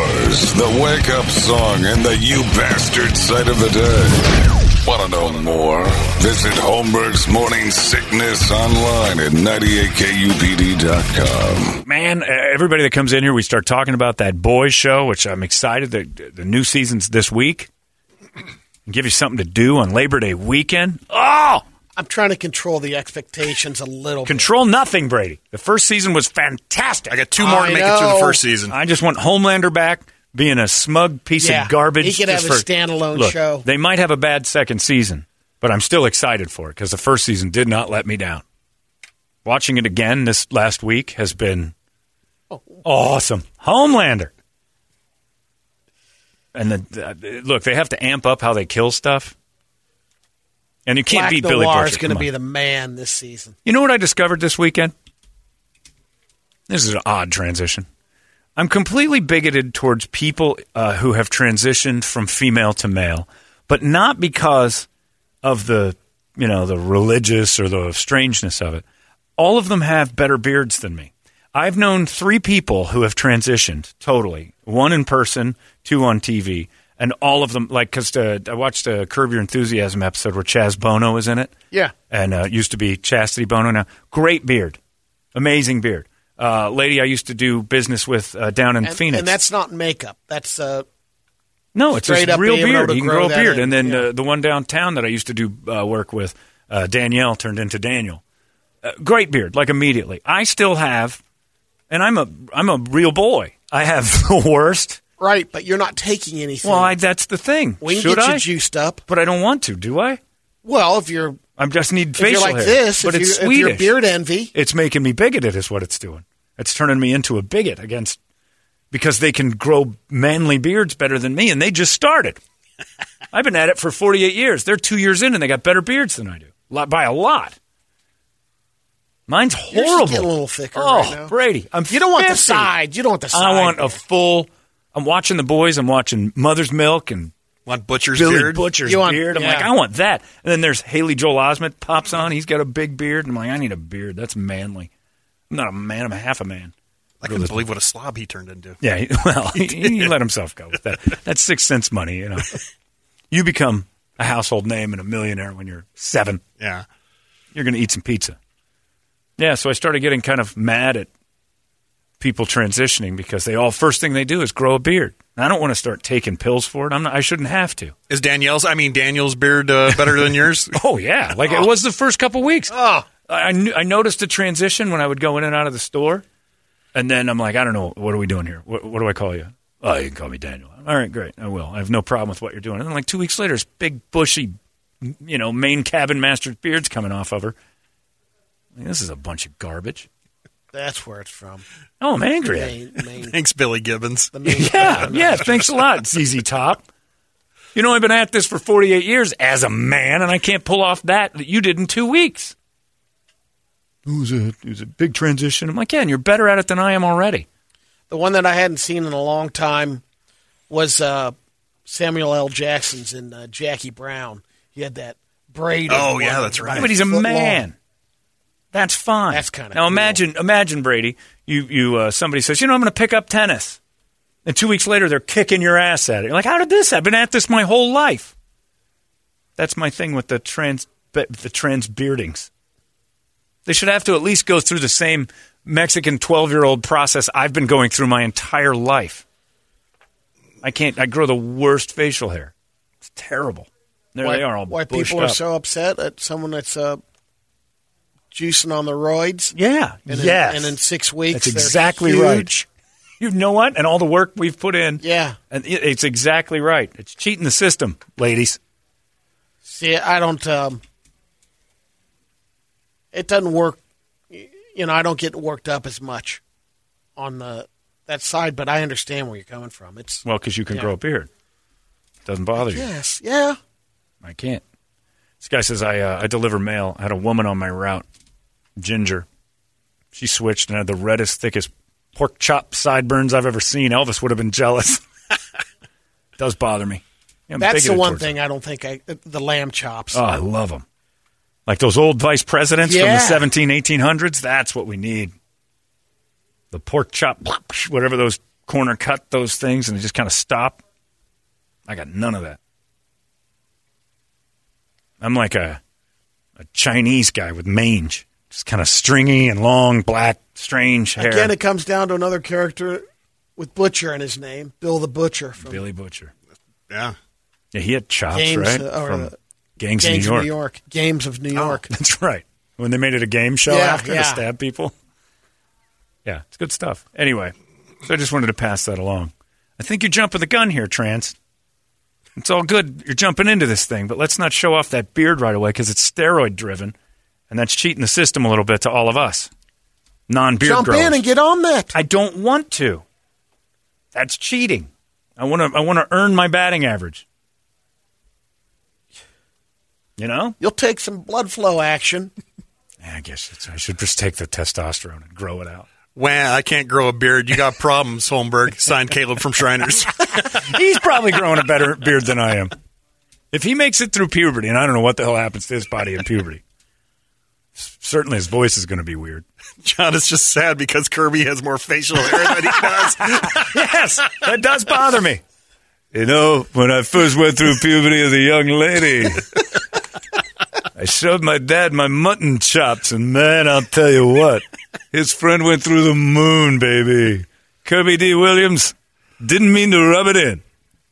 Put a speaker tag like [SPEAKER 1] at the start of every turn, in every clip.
[SPEAKER 1] The wake up song and the you bastard sight of the day. Want to know more? Visit Holmberg's Morning Sickness online at 98kupd.com.
[SPEAKER 2] Man, uh, everybody that comes in here, we start talking about that boys show, which I'm excited. The, the new season's this week. Give you something to do on Labor Day weekend. Oh,
[SPEAKER 3] I'm trying to control the expectations a little.
[SPEAKER 2] control nothing, Brady. The first season was fantastic.
[SPEAKER 4] I got two more
[SPEAKER 3] I
[SPEAKER 4] to make it through
[SPEAKER 3] know.
[SPEAKER 4] the first season.
[SPEAKER 2] I just want Homelander back being a smug piece
[SPEAKER 3] Yeah,
[SPEAKER 2] of garbage.
[SPEAKER 3] he could
[SPEAKER 2] just
[SPEAKER 3] have a standalone
[SPEAKER 2] Look,
[SPEAKER 3] show.
[SPEAKER 2] They might have a bad second season, but I'm still excited for it because the first season did not let me down. Watching it again this last week has been awesome. Homelander. And the, uh, look, they have to amp up how they kill stuff. And you can't
[SPEAKER 3] Black
[SPEAKER 2] beat Billy
[SPEAKER 3] Noir
[SPEAKER 2] Butcher.
[SPEAKER 3] is going
[SPEAKER 2] Come
[SPEAKER 3] to
[SPEAKER 2] on.
[SPEAKER 3] be the man this season.
[SPEAKER 2] You know what I discovered this weekend? This is an odd transition. I'm completely bigoted towards people uh, who have transitioned from female to male, but not because of the you know the religious or the strangeness of it. All of them have better beards than me. I've known three people who have transitioned totally. One in person, two on TV, and all of them like because I watched a Curb Your Enthusiasm episode where Chaz Bono is in it
[SPEAKER 3] Yeah.
[SPEAKER 2] and uh, used to be Chastity Bono. Now, great beard, amazing beard. Uh, lady, I used to do business with uh, down in
[SPEAKER 3] And,
[SPEAKER 2] Phoenix.
[SPEAKER 3] and that's not makeup. That's uh,
[SPEAKER 2] no, it's
[SPEAKER 3] straight
[SPEAKER 2] a
[SPEAKER 3] up
[SPEAKER 2] real
[SPEAKER 3] being able
[SPEAKER 2] beard.
[SPEAKER 3] to
[SPEAKER 2] You can
[SPEAKER 3] grow
[SPEAKER 2] grow a
[SPEAKER 3] that
[SPEAKER 2] beard.
[SPEAKER 3] in,
[SPEAKER 2] and then
[SPEAKER 3] yeah.
[SPEAKER 2] uh, the one downtown that I used to do uh, work with, uh, Danielle turned into Daniel. Uh, great beard, like immediately. I still have, and I'm a I'm a real boy. I have the worst.
[SPEAKER 3] right, but you're not taking anything.
[SPEAKER 2] Well, I, that's the thing.
[SPEAKER 3] we can
[SPEAKER 2] Should
[SPEAKER 3] get
[SPEAKER 2] I?
[SPEAKER 3] you juiced up.
[SPEAKER 2] but I don't want to. Do I?
[SPEAKER 3] Well, if you're
[SPEAKER 2] I just need
[SPEAKER 3] if you're
[SPEAKER 2] facial
[SPEAKER 3] like
[SPEAKER 2] hair.
[SPEAKER 3] this,
[SPEAKER 2] but
[SPEAKER 3] if,
[SPEAKER 2] it's
[SPEAKER 3] you're, if
[SPEAKER 2] Swedish.
[SPEAKER 3] you're beard envy,
[SPEAKER 2] it's making me bigoted is what it's doing it's turning me into a bigot against because they can grow manly beards better than me and they just started i've been at it for 48 years they're two years in and they got better beards than i do Lot- by a lot mine's
[SPEAKER 3] Yours is
[SPEAKER 2] horrible
[SPEAKER 3] getting a little thicker
[SPEAKER 2] oh
[SPEAKER 3] right now.
[SPEAKER 2] brady I'm
[SPEAKER 3] you don't want the
[SPEAKER 2] 50.
[SPEAKER 3] side. You don't want the side.
[SPEAKER 2] i want a full i'm watching the boys i'm watching mother's milk and
[SPEAKER 4] Want Butcher's
[SPEAKER 2] Billy
[SPEAKER 4] beard?
[SPEAKER 2] Butcher's
[SPEAKER 3] You want-
[SPEAKER 2] beard. I'm
[SPEAKER 3] yeah.
[SPEAKER 2] like, I want that. And then there's Haley Joel Osment pops on. He's got a big beard. And I'm like, I need a beard. That's manly. I'm not a man. I'm a half a man.
[SPEAKER 4] I couldn't believe what a slob he turned into.
[SPEAKER 2] Yeah. he- Well, he, he let himself go with that. That's six cents money. You know, you become a household name and a millionaire when you're seven.
[SPEAKER 4] Yeah.
[SPEAKER 2] You're going to eat some pizza. Yeah. So I started getting kind of mad at people transitioning because they all first thing they do is grow a beard. And I don't want to start taking pills for it. I'm not, I shouldn't have to.
[SPEAKER 4] Is Danielle's? I mean, Daniel's beard uh, better than yours?
[SPEAKER 2] Oh yeah, like it was the first couple weeks. I I, knew, I noticed a transition when I would go in and out of the store, and then I'm like, I don't know, what are we doing here? What, what do I call you? Oh, you can call me Daniel. All right, great, I will. I have no problem with what you're doing. And then like two weeks later, this big bushy, you know, main cabin master's beard's coming off of her. I mean, this is a bunch of garbage.
[SPEAKER 3] That's where it's from.
[SPEAKER 2] Oh, I'm angry. At it.
[SPEAKER 3] Main, main,
[SPEAKER 4] Thanks, Billy Gibbons.
[SPEAKER 3] the main
[SPEAKER 2] Yeah, yeah. Thanks a lot, ZZ Top. You know, I've been at this for 48 years as a man, and I can't pull off that that you did in two weeks. It was a, it was a big transition. I'm like, yeah, and you're better at it than I am already.
[SPEAKER 3] The one that I hadn't seen in a long time was uh, Samuel L. Jackson's in uh, Jackie Brown. He had that braid.
[SPEAKER 4] Oh, yeah, that's right.
[SPEAKER 2] But he's a man. That's fine.
[SPEAKER 3] That's kinda
[SPEAKER 2] now.
[SPEAKER 3] cool.
[SPEAKER 2] Imagine, imagine Brady. You, you. Uh, somebody says, you know, I'm going to pick up tennis, and two weeks later they're kicking your ass at it. You're like, how did this? I've been at this my whole life. That's my thing with the trans, be- the trans beardings. They should have to at least go through the same Mexican 12 year old process I've been going through my entire life. I can't. I grow the worst facial hair. It's terrible. There
[SPEAKER 3] why,
[SPEAKER 2] they are all
[SPEAKER 3] why
[SPEAKER 2] bushed
[SPEAKER 3] people are
[SPEAKER 2] up.
[SPEAKER 3] so upset at someone that's uh, juicing on the roids.
[SPEAKER 2] Yeah.
[SPEAKER 3] And
[SPEAKER 2] yes.
[SPEAKER 3] In, and in six weeks,
[SPEAKER 2] That's
[SPEAKER 3] they're
[SPEAKER 2] exactly
[SPEAKER 3] huge.
[SPEAKER 2] right. You know what? And all the work we've put in.
[SPEAKER 3] Yeah.
[SPEAKER 2] And it- it's exactly right. It's cheating the system, ladies.
[SPEAKER 3] See, I don't. Um, it doesn't work. You know, I don't get worked up as much on the that side, but I understand where you're coming from. It's
[SPEAKER 2] Well, because you can
[SPEAKER 3] Yeah.
[SPEAKER 2] grow a beard. Doesn't bother you.
[SPEAKER 3] yes, yeah.
[SPEAKER 2] I can't. This guy says I uh, I deliver mail. I had a woman on my route, Ginger. She switched and had the reddest, thickest pork chop sideburns I've ever seen. Elvis would have been jealous. Does bother me. Yeah, I'm
[SPEAKER 3] That's the
[SPEAKER 2] bigoted
[SPEAKER 3] one
[SPEAKER 2] towards
[SPEAKER 3] thing I don't think I the lamb chops.
[SPEAKER 2] Oh, I love them. Like those old vice presidents
[SPEAKER 3] Yeah.
[SPEAKER 2] from the 17, 1800s. That's what we need. The pork chop, whatever those corner cut those things and they just kind of stop. I got none of that. I'm like a a Chinese guy with mange, just kind of stringy and long, black, strange hair.
[SPEAKER 3] Again, it comes down to another character with Butcher in his name, Bill the Butcher from
[SPEAKER 2] Billy Butcher.
[SPEAKER 4] Yeah.
[SPEAKER 2] Yeah, he had chops,
[SPEAKER 3] Games,
[SPEAKER 2] right?
[SPEAKER 3] uh, or,
[SPEAKER 2] From
[SPEAKER 3] uh,
[SPEAKER 2] Gangs,
[SPEAKER 3] Gangs
[SPEAKER 2] of New York. Oh,
[SPEAKER 3] of New York. Games of New York.
[SPEAKER 2] That's right. When they made it a game show
[SPEAKER 3] Yeah,
[SPEAKER 2] after to
[SPEAKER 3] yeah.
[SPEAKER 2] stab people. Yeah, it's good stuff. Anyway, so I just wanted to pass that along. I think you're jumping the gun here, Trans. It's all good. You're jumping into this thing, but let's not show off that beard right away because it's steroid driven, and that's cheating the system a little bit to all of us non beard
[SPEAKER 3] Jump
[SPEAKER 2] growers.
[SPEAKER 3] in and get on that.
[SPEAKER 2] I don't want to. That's cheating. I want to. I want to earn my batting average. You know.
[SPEAKER 3] You'll take some blood flow action.
[SPEAKER 2] Yeah, I guess it's, I should just take the testosterone and grow it out.
[SPEAKER 4] Wow, I can't grow a beard. You got problems, Holmberg. Signed Caleb from Shriners.
[SPEAKER 2] He's probably growing a better beard than I am. If he makes it through puberty, and I don't know what the hell happens to his body in puberty, s- certainly his voice is going to be weird.
[SPEAKER 4] John is just sad because Kirby has more facial hair than he does.
[SPEAKER 2] Yes, that does bother me. You know, when I first went through puberty as a young lady, I showed my dad my mutton chops, and man, I'll tell you what, his friend went through the moon, baby. Kirby D. Williams didn't mean to rub it in.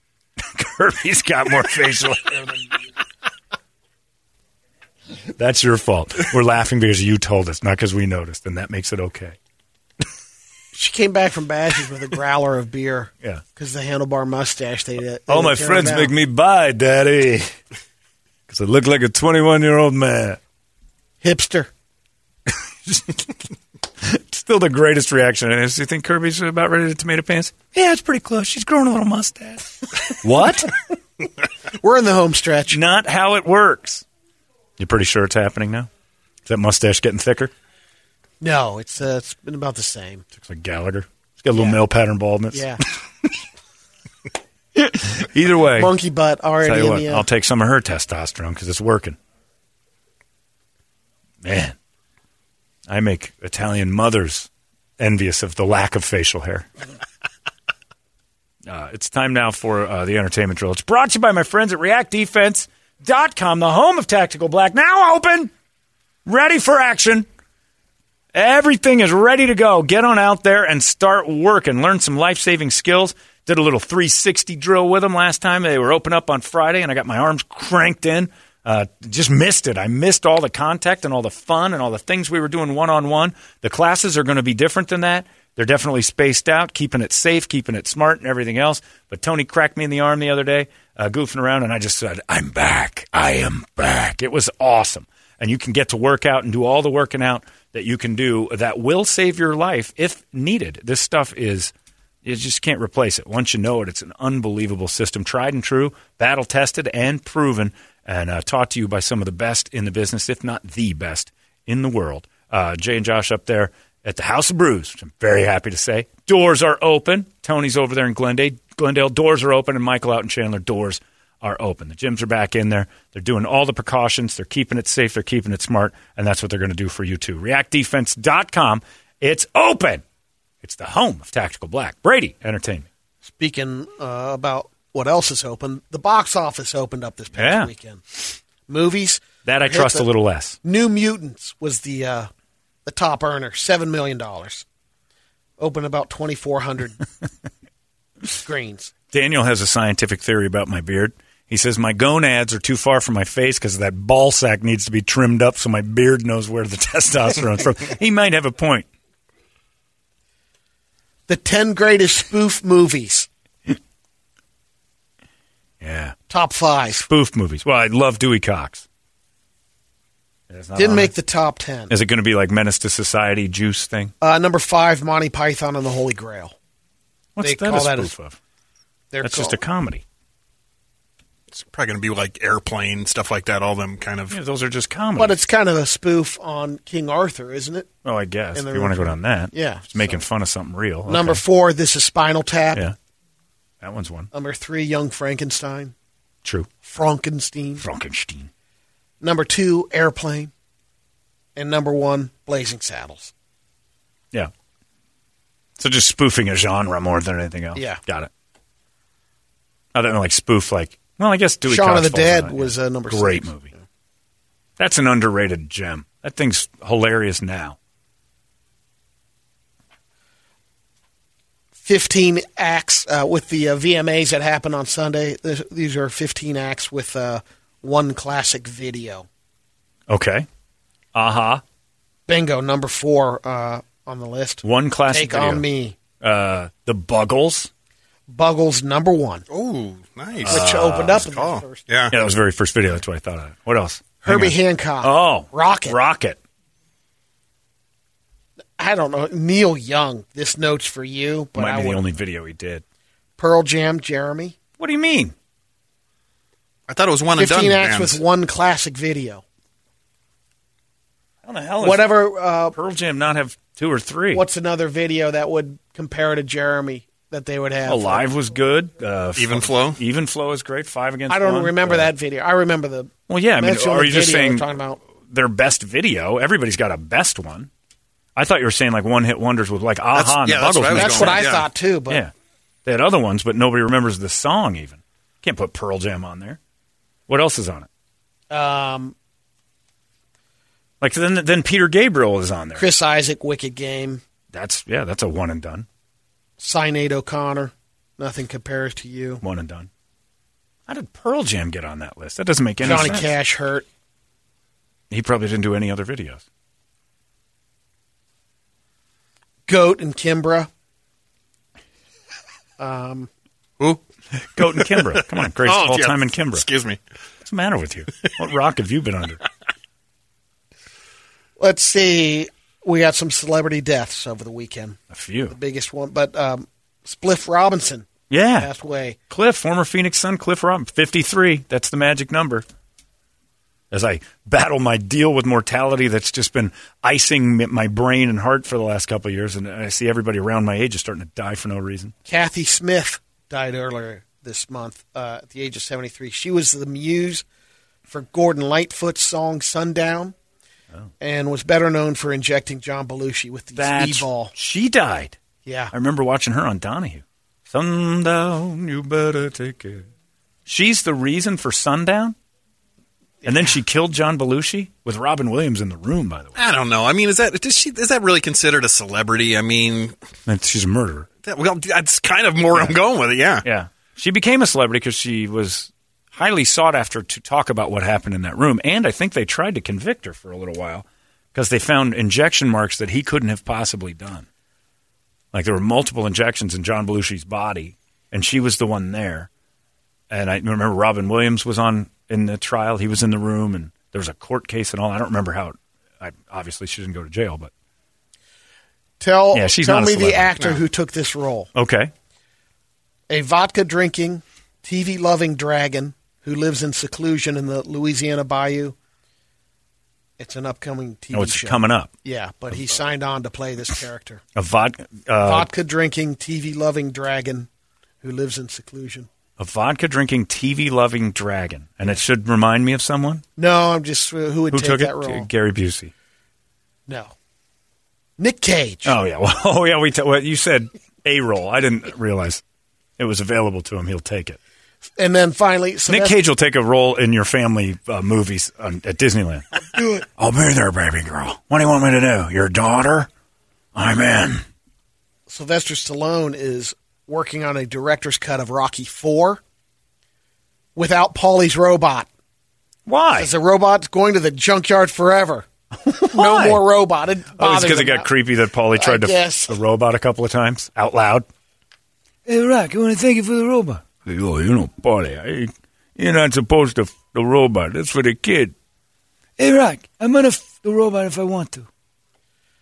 [SPEAKER 2] Kirby's got more facial hair than you. That's your fault. We're laughing because you told us, not because we noticed, and that makes it okay.
[SPEAKER 3] She came back from Bashes with a growler of beer.
[SPEAKER 2] Yeah.
[SPEAKER 3] Because the handlebar mustache, they, they
[SPEAKER 2] All my
[SPEAKER 3] tear
[SPEAKER 2] friends
[SPEAKER 3] down.
[SPEAKER 2] make me buy, Daddy. Because I look like a 21 year old man.
[SPEAKER 3] hipster.
[SPEAKER 2] Still the greatest reaction. Do you think Kirby's about ready to tomato pants? Yeah, it's pretty close. She's growing a little mustache. what?
[SPEAKER 3] We're in the home stretch.
[SPEAKER 2] Not how it works. You're pretty sure it's happening now? Is that mustache getting thicker?
[SPEAKER 3] No, it's uh, it's been about the same.
[SPEAKER 2] Looks like Gallagher. It's got a little male pattern baldness.
[SPEAKER 3] Yeah,
[SPEAKER 2] Either way,
[SPEAKER 3] monkey butt
[SPEAKER 2] tell
[SPEAKER 3] already
[SPEAKER 2] you
[SPEAKER 3] in
[SPEAKER 2] what,
[SPEAKER 3] the.
[SPEAKER 2] I'll take some of her testosterone because it's working. Man, I make Italian mothers envious of the lack of facial hair. uh, it's time now for uh, the entertainment drill. It's brought to you by my friends at reactdefense.com, the home of Tactical Black. Now open, ready for action. Everything is ready to go. Get on out there and start working. Learn some life saving skills. Did a little 360 drill with them last time. They were open up on Friday, and I got my arms cranked in. Uh, just missed it. I missed all the contact and all the fun and all the things we were doing one on one. The classes are going to be different than that. They're definitely spaced out, keeping it safe, keeping it smart, and everything else. But Tony cracked me in the arm the other day, uh, goofing around, and I just said, I'm back. I am back. It was awesome and you can get to work out and do all the working out that you can do that will save your life if needed. This stuff is you just can't replace it. Once you know it, it's an unbelievable system, tried and true, battle tested and proven, and uh, taught to you by some of the best in the business, if not the best in the world. Uh, Jay and Josh up there at the House of Brews, which I'm very happy to say. Doors are open. Tony's over there in Glendale. Glendale doors are open, and Michael out in Chandler doors are open. The gyms are back in there. They're doing all the precautions. They're keeping it safe. They're keeping it smart. And that's what they're going to do for you too. ReactDefense.com. It's open. It's the home of Tactical Black. Brady Entertainment.
[SPEAKER 3] Speaking uh, about what else is open, the box office opened up this past
[SPEAKER 2] Yeah.
[SPEAKER 3] weekend. Movies
[SPEAKER 2] That I
[SPEAKER 3] hit
[SPEAKER 2] trust
[SPEAKER 3] the-
[SPEAKER 2] a little less.
[SPEAKER 3] New Mutants was the uh, the top earner, seven million dollars. Opened about twenty four hundred screens.
[SPEAKER 2] Daniel has a scientific theory about my beard. He says my gonads are too far from my face because that ball sack needs to be trimmed up so my beard knows where the testosterone's from. He might have a point.
[SPEAKER 3] The ten greatest spoof movies,
[SPEAKER 2] Yeah.
[SPEAKER 3] top five,
[SPEAKER 2] Spoof movies. Well, I love Dewey Cox. That's not
[SPEAKER 3] didn't
[SPEAKER 2] on
[SPEAKER 3] make the top ten.
[SPEAKER 2] Is it going to be like Menace to Society juice thing?
[SPEAKER 3] Uh, number five, Monty Python and the Holy Grail.
[SPEAKER 2] What's
[SPEAKER 3] They
[SPEAKER 2] that
[SPEAKER 3] call
[SPEAKER 2] a
[SPEAKER 3] that a-
[SPEAKER 2] spoof of?
[SPEAKER 3] They're
[SPEAKER 2] That's just a
[SPEAKER 3] called-
[SPEAKER 2] comedy.
[SPEAKER 4] It's probably going to be like airplane stuff like that. All them kind of
[SPEAKER 2] Yeah, those are just comedies.
[SPEAKER 3] but it's kind of a spoof on King Arthur, isn't it?
[SPEAKER 2] oh, I guess
[SPEAKER 3] and
[SPEAKER 2] if
[SPEAKER 3] they're-
[SPEAKER 2] you want to go down that,
[SPEAKER 3] Yeah,
[SPEAKER 2] it's making fun of something real. Okay.
[SPEAKER 3] Number four, this is Spinal Tap.
[SPEAKER 2] yeah, that one's one
[SPEAKER 3] Number three, Young Frankenstein,
[SPEAKER 2] true.
[SPEAKER 3] Frankenstein.
[SPEAKER 2] Frankenstein.
[SPEAKER 3] Number two, Airplane, and number one, Blazing Saddles.
[SPEAKER 2] Yeah, So just spoofing a genre more than anything else.
[SPEAKER 3] Yeah.
[SPEAKER 2] got it. Other than like spoof, like well, I guess Dewey.
[SPEAKER 3] Shaun
[SPEAKER 2] Cox
[SPEAKER 3] of the
[SPEAKER 2] falls in
[SPEAKER 3] Dead
[SPEAKER 2] that,
[SPEAKER 3] was,
[SPEAKER 2] yeah.
[SPEAKER 3] uh, number
[SPEAKER 2] great
[SPEAKER 3] six.
[SPEAKER 2] movie. That's an underrated gem. That thing's hilarious now.
[SPEAKER 3] 15 acts uh, with the uh, VMAs that happened on Sunday. This, these are 15 acts with uh, one classic video.
[SPEAKER 2] Okay. Aha. Uh-huh.
[SPEAKER 3] Bingo, number four uh, on the list.
[SPEAKER 2] One classic
[SPEAKER 3] Take
[SPEAKER 2] video.
[SPEAKER 3] on me.
[SPEAKER 2] Uh, the Buggles.
[SPEAKER 3] Buggles, number one,
[SPEAKER 4] Oh, nice.
[SPEAKER 3] which
[SPEAKER 2] Ah,
[SPEAKER 3] opened up in the
[SPEAKER 4] call.
[SPEAKER 3] first.
[SPEAKER 4] Yeah.
[SPEAKER 2] Yeah, that was the very first video. That's what I thought of. What else? Hang
[SPEAKER 3] Herbie
[SPEAKER 2] on.
[SPEAKER 3] Hancock.
[SPEAKER 2] Oh,
[SPEAKER 3] Rocket.
[SPEAKER 2] Rocket.
[SPEAKER 3] I don't know. Neil Young, this note's for you, but
[SPEAKER 2] Might
[SPEAKER 3] I
[SPEAKER 2] be the
[SPEAKER 3] would-
[SPEAKER 2] only video he did.
[SPEAKER 3] Pearl Jam, Jeremy.
[SPEAKER 2] What do you mean?
[SPEAKER 4] I thought it was one and
[SPEAKER 3] 15
[SPEAKER 4] done.
[SPEAKER 3] acts
[SPEAKER 4] bands.
[SPEAKER 3] with one classic video.
[SPEAKER 2] How the hell? Is
[SPEAKER 3] Whatever. Uh,
[SPEAKER 2] Pearl Jam not have two or three?
[SPEAKER 3] what's another video that would compare to Jeremy that they would have?
[SPEAKER 2] Alive was good. Uh,
[SPEAKER 4] Even flow.
[SPEAKER 2] Even flow is great. Five against.
[SPEAKER 3] I don't
[SPEAKER 2] One.
[SPEAKER 3] remember
[SPEAKER 2] Uh,
[SPEAKER 3] that video. I remember the.
[SPEAKER 2] Well, yeah. I mean,
[SPEAKER 3] mention of
[SPEAKER 2] are
[SPEAKER 3] the
[SPEAKER 2] you just
[SPEAKER 3] video
[SPEAKER 2] saying
[SPEAKER 3] they're talking about?
[SPEAKER 2] their best video? Everybody's got a best one. I thought you were saying like one hit wonders with like Aha
[SPEAKER 4] That's-
[SPEAKER 2] and
[SPEAKER 4] yeah,
[SPEAKER 2] the Buggles.
[SPEAKER 4] that's what I was
[SPEAKER 2] made
[SPEAKER 3] That's
[SPEAKER 4] going
[SPEAKER 3] what
[SPEAKER 2] sense.
[SPEAKER 3] I
[SPEAKER 4] yeah.
[SPEAKER 3] thought too. But
[SPEAKER 2] Yeah, they had other ones, but nobody remembers the song even. Can't put Pearl Jam on there. What else is on it?
[SPEAKER 3] um,
[SPEAKER 2] Like then, then Peter Gabriel is on there.
[SPEAKER 3] Chris Isaac, Wicked Game,
[SPEAKER 2] That's yeah, that's a one and done.
[SPEAKER 3] Sinead O'Connor, nothing compares to you.
[SPEAKER 2] One and done. How did Pearl Jam get on that list? That doesn't make any
[SPEAKER 3] Johnny
[SPEAKER 2] sense.
[SPEAKER 3] Cash hurt.
[SPEAKER 2] He probably didn't do any other videos.
[SPEAKER 3] Goat and Kimbra.
[SPEAKER 4] Who?
[SPEAKER 2] Goat and Kimbra. Come on, greatest
[SPEAKER 3] Oh,
[SPEAKER 2] of all
[SPEAKER 4] Oh, yeah.
[SPEAKER 2] time in Kimbra.
[SPEAKER 4] Excuse me.
[SPEAKER 2] What's the matter with you? What rock have you been under?
[SPEAKER 3] Let's see. We got some celebrity deaths over the weekend.
[SPEAKER 2] A few.
[SPEAKER 3] Biggest one, but um, Spliff Robinson
[SPEAKER 2] Yeah.
[SPEAKER 3] passed away.
[SPEAKER 2] Cliff, former Phoenix Sun, Cliff Robinson, 53. That's the magic number. As I battle my deal with mortality that's just been icing m- my brain and heart for the last couple of years, and I see everybody around my age is starting to die for no reason.
[SPEAKER 3] Kathy Smith died earlier this month uh, at the age of 73. She was the muse for Gordon Lightfoot's song Sundown
[SPEAKER 2] Oh.
[SPEAKER 3] and was better known for injecting John Belushi with the
[SPEAKER 2] That's-
[SPEAKER 3] speedball.
[SPEAKER 2] She died.
[SPEAKER 3] Yeah.
[SPEAKER 2] I remember watching her on Donahue. Sundown, you better take it. She's the reason for Sundown? And then she killed John Belushi with Robin Williams in the room, by the way.
[SPEAKER 4] I don't know. I mean, is that is she is that really considered a celebrity? I mean,
[SPEAKER 2] And she's a murderer.
[SPEAKER 4] that, well, that's kind of more I'm going with it. Yeah.
[SPEAKER 2] Yeah. She became a celebrity because she was highly sought after to talk about what happened in that room. And I think they tried to convict her for a little while because they found injection marks that he couldn't have possibly done. Like there were multiple injections in John Belushi's body, and she was the one there. And I remember Robin Williams was on in the trial. He was in the room, and there was a court case and all. I don't remember how. It, I, obviously, she didn't go to jail, but
[SPEAKER 3] Tell,
[SPEAKER 2] Yeah, she's
[SPEAKER 3] tell
[SPEAKER 2] not a
[SPEAKER 3] me the
[SPEAKER 2] celebrity,
[SPEAKER 3] actor who took this role.
[SPEAKER 2] okay.
[SPEAKER 3] A vodka drinking, TV loving dragon who lives in seclusion in the Louisiana Bayou. It's an upcoming TV
[SPEAKER 2] Oh, it's
[SPEAKER 3] show.
[SPEAKER 2] coming Oh. up.
[SPEAKER 3] Yeah, but he signed on to play this character.
[SPEAKER 2] A vodka, uh,
[SPEAKER 3] vodka drinking, TV loving dragon who lives in seclusion.
[SPEAKER 2] A vodka drinking, TV loving dragon. And it should remind me of someone
[SPEAKER 3] No, I'm just uh, who would
[SPEAKER 2] who
[SPEAKER 3] take
[SPEAKER 2] took
[SPEAKER 3] that
[SPEAKER 2] it?
[SPEAKER 3] role?
[SPEAKER 2] Gary Busey.
[SPEAKER 3] no, Nick Cage.
[SPEAKER 2] Oh, yeah. Well, oh, yeah. We t- well, you said A roll. I didn't realize it was available to him. He'll take it.
[SPEAKER 3] And then finally,
[SPEAKER 2] Nick
[SPEAKER 3] Sylvester,
[SPEAKER 2] Cage will take a role in your family uh, movies on, at Disneyland.
[SPEAKER 3] do it.
[SPEAKER 2] I'll be there, baby girl. What do you want me to do? Your daughter? I'm in.
[SPEAKER 3] Sylvester Stallone is working on a director's cut of Rocky Four without Paulie's robot.
[SPEAKER 2] Why?
[SPEAKER 3] As the robot's going to the junkyard forever. no
[SPEAKER 2] Why?
[SPEAKER 3] more robot. It
[SPEAKER 2] Oh, it's
[SPEAKER 3] bothers
[SPEAKER 2] because it
[SPEAKER 3] him
[SPEAKER 2] got
[SPEAKER 3] now.
[SPEAKER 2] creepy that Paulie tried to
[SPEAKER 3] guess.
[SPEAKER 2] f- the robot a couple of times out loud. Hey, Rock, I want to thank you for the robot. Oh, you know, Paulie, I, you're not supposed to f- the robot. That's for the kid. Hey, Rock, I'm gonna f- the robot if I want to.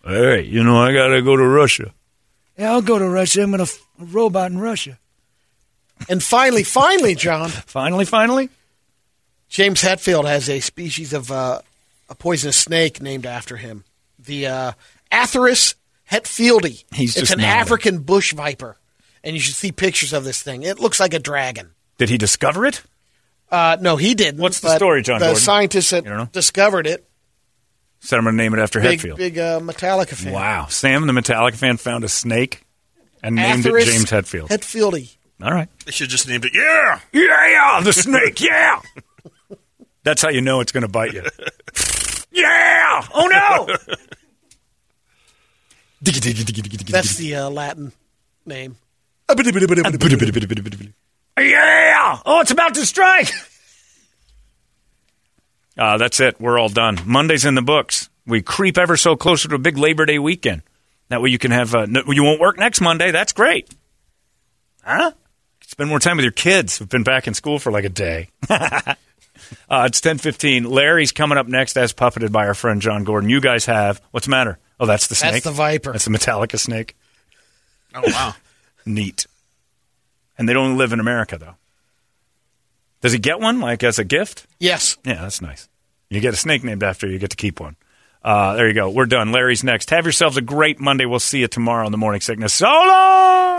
[SPEAKER 2] Hey, you know, I gotta go to Russia. Yeah, I'll go to Russia. I'm gonna f- a robot in Russia.
[SPEAKER 3] And finally, finally, John.
[SPEAKER 2] Finally, finally.
[SPEAKER 3] James Hetfield has a species of uh, a poisonous snake named after him, the uh, Atheris hetfieldi.
[SPEAKER 2] He's
[SPEAKER 3] it's
[SPEAKER 2] just
[SPEAKER 3] an
[SPEAKER 2] nodding.
[SPEAKER 3] African bush viper, and you should see pictures of this thing. It looks like a dragon.
[SPEAKER 2] Did he discover it?
[SPEAKER 3] Uh, no, he didn't.
[SPEAKER 2] What's the
[SPEAKER 3] but
[SPEAKER 2] story, John
[SPEAKER 3] The
[SPEAKER 2] Gordon?
[SPEAKER 3] scientists
[SPEAKER 2] You don't know?
[SPEAKER 3] that discovered it,
[SPEAKER 2] Said I'm gonna name it after
[SPEAKER 3] big
[SPEAKER 2] Hetfield.
[SPEAKER 3] big uh, Metallica fan.
[SPEAKER 2] Wow, Sam the Metallic fan found a snake and named it
[SPEAKER 3] Atheris
[SPEAKER 2] James Hetfield.
[SPEAKER 3] Hetfieldy.
[SPEAKER 2] All right.
[SPEAKER 4] They should just named it. Yeah.
[SPEAKER 2] Yeah, the snake. Yeah. That's how you know it's going to bite you. yeah. Oh no.
[SPEAKER 3] That's the uh, Latin name.
[SPEAKER 2] Yeah. Oh, it's about to strike. Uh, that's it. We're all done. Monday's in the books. We creep ever so closer to a big Labor Day weekend. That way you can have, uh, no, you won't work next Monday. That's great. Huh? Spend more time with your kids who've been back in school for like a day. uh, it's 10.15. Larry's coming up next as puppeted by our friend John Gordon. You guys have, what's the matter? Oh, that's the snake?
[SPEAKER 3] That's the viper.
[SPEAKER 2] That's the Metallica snake.
[SPEAKER 4] Oh wow.
[SPEAKER 2] Neat. And they don't live in America, though. Does he get one, like as a gift?
[SPEAKER 3] Yes.
[SPEAKER 2] Yeah, that's nice. You get a snake named after you, you get to keep one. Uh, there you go. We're done. Larry's next. Have yourselves a great Monday. We'll see you tomorrow on the Morning Sickness. So long!